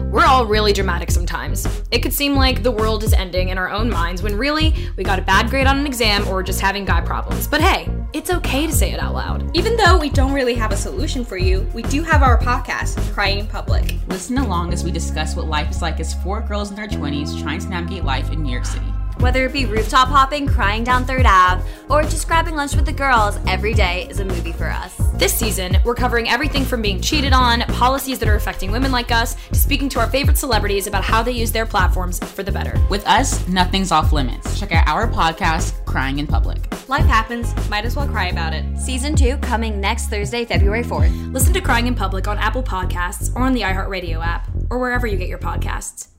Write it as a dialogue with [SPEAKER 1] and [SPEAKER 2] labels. [SPEAKER 1] all really dramatic sometimes. It could seem like the world is ending in our own minds when really we got a bad grade on an exam or just having guy problems. But hey, it's okay to say it out loud.
[SPEAKER 2] Even though we don't really have a solution for you, we do have our podcast, Crying in Public.
[SPEAKER 3] Listen along as we discuss what life is like as four girls in their 20s trying to navigate life in New York City.
[SPEAKER 4] Whether it be rooftop hopping, crying down Third Ave, or just grabbing lunch with the girls, every day is a movie for us.
[SPEAKER 1] This season, we're covering everything from being cheated on, policies that are affecting women like us, to speaking to our favorite celebrities about how they use their platforms for the better.
[SPEAKER 3] With us, nothing's off limits. Check out our podcast, Crying in Public.
[SPEAKER 2] Life happens, might as well cry about it.
[SPEAKER 4] Season 2 coming next Thursday, February 4th.
[SPEAKER 1] Listen to Crying in Public on Apple Podcasts or on the iHeartRadio app, or wherever you get your podcasts.